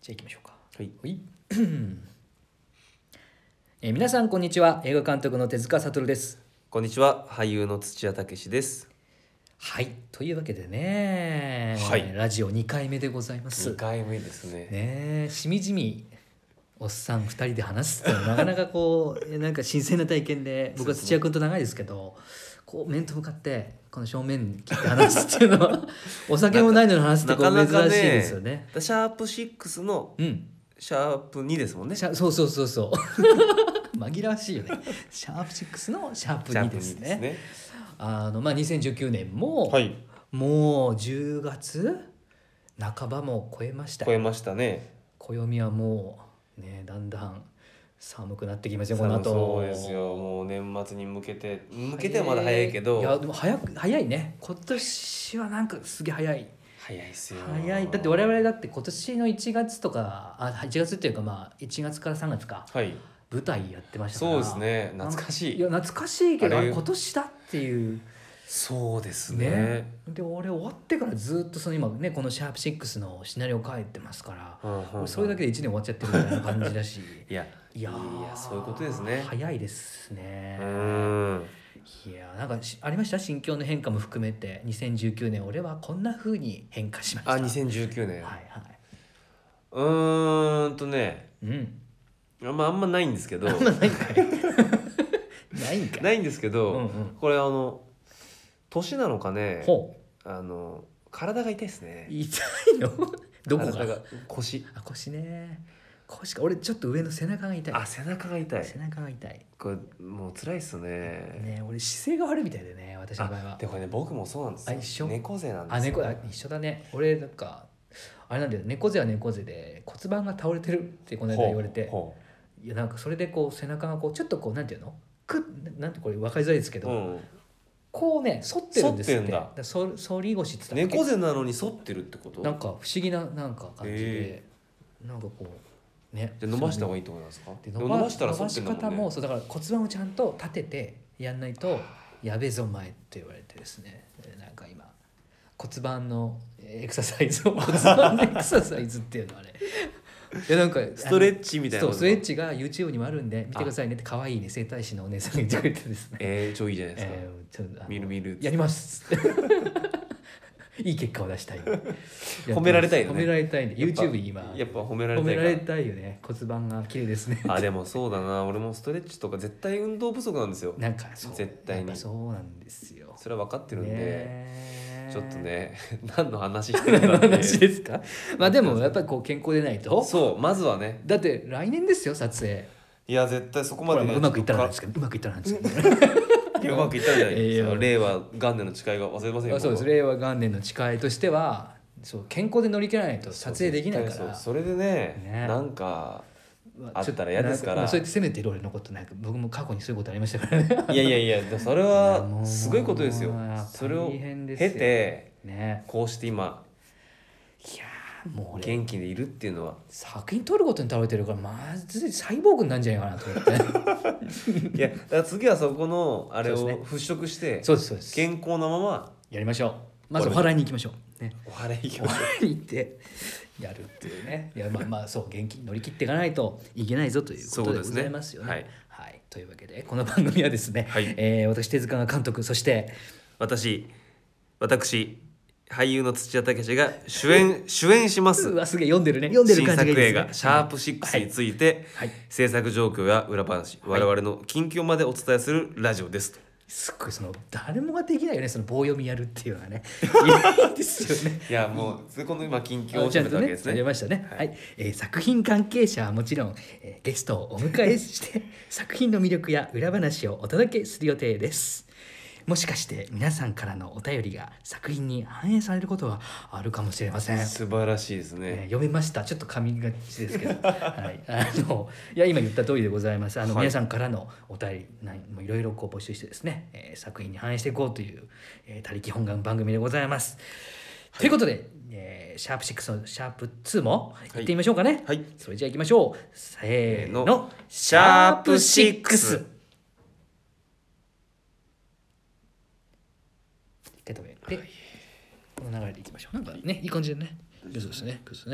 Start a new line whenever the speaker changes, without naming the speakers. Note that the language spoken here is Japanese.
じゃあ行きましょうか
はい
ほいえー皆さんこんにちは映画監督の手塚悟です
こんにちは俳優の土屋武史です
はいというわけでね、
はい
ラジオ2回目でございます
2
ね
回目ですね
えしみじみおっさん2人で話すってのはなかなかこうえなんか新鮮な体験で僕は土屋君と長いですけどこう面と向かってこの正面に切って話すっていうのはお酒もないのに話すってこう珍しいですよね。
シャープ6の
うん
シャープ2ですもんね
シャそうそうそうそう紛らわしいよねシャープ6のシャープ
シャー
2
プ2
ですねあの、まあ、2019年も、
はい
もう10月半ばも超えました
超えましたね
暦はもうねだんだん寒くなってきますよこの
寒
後
そうですよもう年末に向けて向けてはまだ早いけど
いやでも早く早いね今年はなんかすげえ早い
早いっすよ
早いだって我々だって今年の1月とかあ1月っていうかまあ1月から3月か
はい
舞台やってましたから
そうですね懐かし
い
い
や懐かしいけど
あ
あ
れ
今年だっていう
そうです
ねで俺終わってからずっとその今ねこの「シャープ #6」のシナリオ書いてますから、
うんうんうん
俺それだけで1年終わっちゃってるみたいな感じだし
いや
いやー
いやそういうことですね
早いですね
う、ーん
いやーなんかしありました心境の変化も含めて2019年俺はこんな風に変化しました
あ2019年、
はいは
うーんとね
いうん
あんまあんまないんですけど
そんなないんかいないんかい
ないんですけ
う
ど、
んうん
これあの年なのかね
ほ
あの体が痛いですね
う痛い のどこ
体
が
腰
あ腰ね腰か俺ちょっと上の背中が痛い
あ背中が痛い
背中が痛い
これもう辛いっすね
ね俺姿勢が悪いみたいでね私の場合
あ
は
でこれね僕もそうなんですよ
あ一緒
猫背なんです
あ
よ
猫あ一緒だね俺なんかあれなんだよ猫背は猫背で骨盤が倒れてるってこの間言われて
ほ
いやなんかそれでこう背中がこうちょっとこうなんていうのくななんてこれ分かりづらいですけ
う
ど、
うん、
こうね反ってるんです
反
っ
っててんだ
だからそ反り腰って言った
猫背なのに反ってるってこと
なんか不思議ななんか感じで
へ、
なんかこうね
じゃあ伸ばした方がいいってことなんですか
で
で
伸
伸
ば
ばしたら
伸
反
ば
って
し
るんだ
方
もんね
もそうだから骨盤をちゃんと立ててやんないとやべえぞお前って言われてですねえーなんか今骨盤のえーエクササイズを 骨盤のエクササイズっていうのはねいやなんか
ストレ
チ
ッチみたいな
そう
こと
ストレッチが YouTube にもあるんで見てくださいねって可愛いね整体師のお姉さんが言ってくれてですね
えー、超いいじゃないですか、
えーちょっとあの
見る見る
やりますっつっていい結果を出したい
褒められたいよね
褒められたいね
やっぱ
YouTube 今
やっぱ褒められ
褒
た
め
い
ら
か
れたいよね骨盤が綺麗ですね
あでもそうだな俺もストレッチとか絶対運動不足なんですよ
なんかそう
絶対に
やっぱそうなんですよ。
それは分かってるんで、
ねえ
ちょっと。ね 何の話してるんだって
話です か。まあでもやっぱりこう健康でないと。
そうまずはね
だって来年ですよ撮影。
いや絶対そこま
こ
で
れ
ね、
うまくいったらなんです
か
けどうまくいったらなんですけど ね。
うまくいったんじゃない
いやいや
その令和元年の誓いが忘れませんよ
あ そうです。
僕は
令和元年の誓いとしては、そう健康で乗り切らないと撮影できないか
そう
ら。
それでね
ね
なんか
ま
あったら嫌ですから
ちょっとなんまあそうやって責めてる俺のことなんか僕も過去にそういうことありましたからね。
いやいやいやでもそれ
いやも
は
う
すごいことですよそれを
大変ですよ
経て
ね。
こうして今
いやーもう俺
元気でいるっていう のは
作品撮ることに倒れてるからまずいサイボーグになるんじゃないかなと思って。
いやだから次はそこのあれを
そうですね
払拭して
そうですそうです。
健康なまま
やりましょうまずお祓いに行きましょう ね
お笑い
お祓い行ってやるっていうねいやまあまあそう元気に乗り切っていかないといけないぞということでございますよね
そうですね
はい、というわけでこの番組はですね、
はい
えー私手塚が監督そして
私私俳優の土屋武史が 主演主演します
うわすげえ読んでるね読んでる
新
感じ
作
がいいです、ね、
映画「シャープ #6」について、
はい
制作状況や裏話、
い
我々の近況までお伝えするラジオですと
すっごいその誰もができないよねその棒読みやるっていうのは ねいいですよね
いやもうこの今近況
あ
を
ちゃ
調
ん
べた
と
わけ
ね
です
食
ね
べましたね、はいえー作品関係者はもちろん、えーゲストをお迎えして作品の魅力や裏話をお届けする予定ですもしかして皆さんからのお便りが作品に反映されることはあるかもしれません、
素晴らしいです
えー
ね
読めましたちょっと髪がちです けど、はい、あのいや今言った通りでございますあの、
はい
皆さんからのお便りなんもういろいろこう募集してですね、えー作品に反映していこうという「えー他力、本願」番組でございます。ということで、えーシャープ6のシャープ2も行ってみましょうかね、
はい
それじゃあ行きましょうせーの
せーの
シャープ6
シ
一回止めてこの流れでいきましょうなんかねいい感じでねそうですねそうですね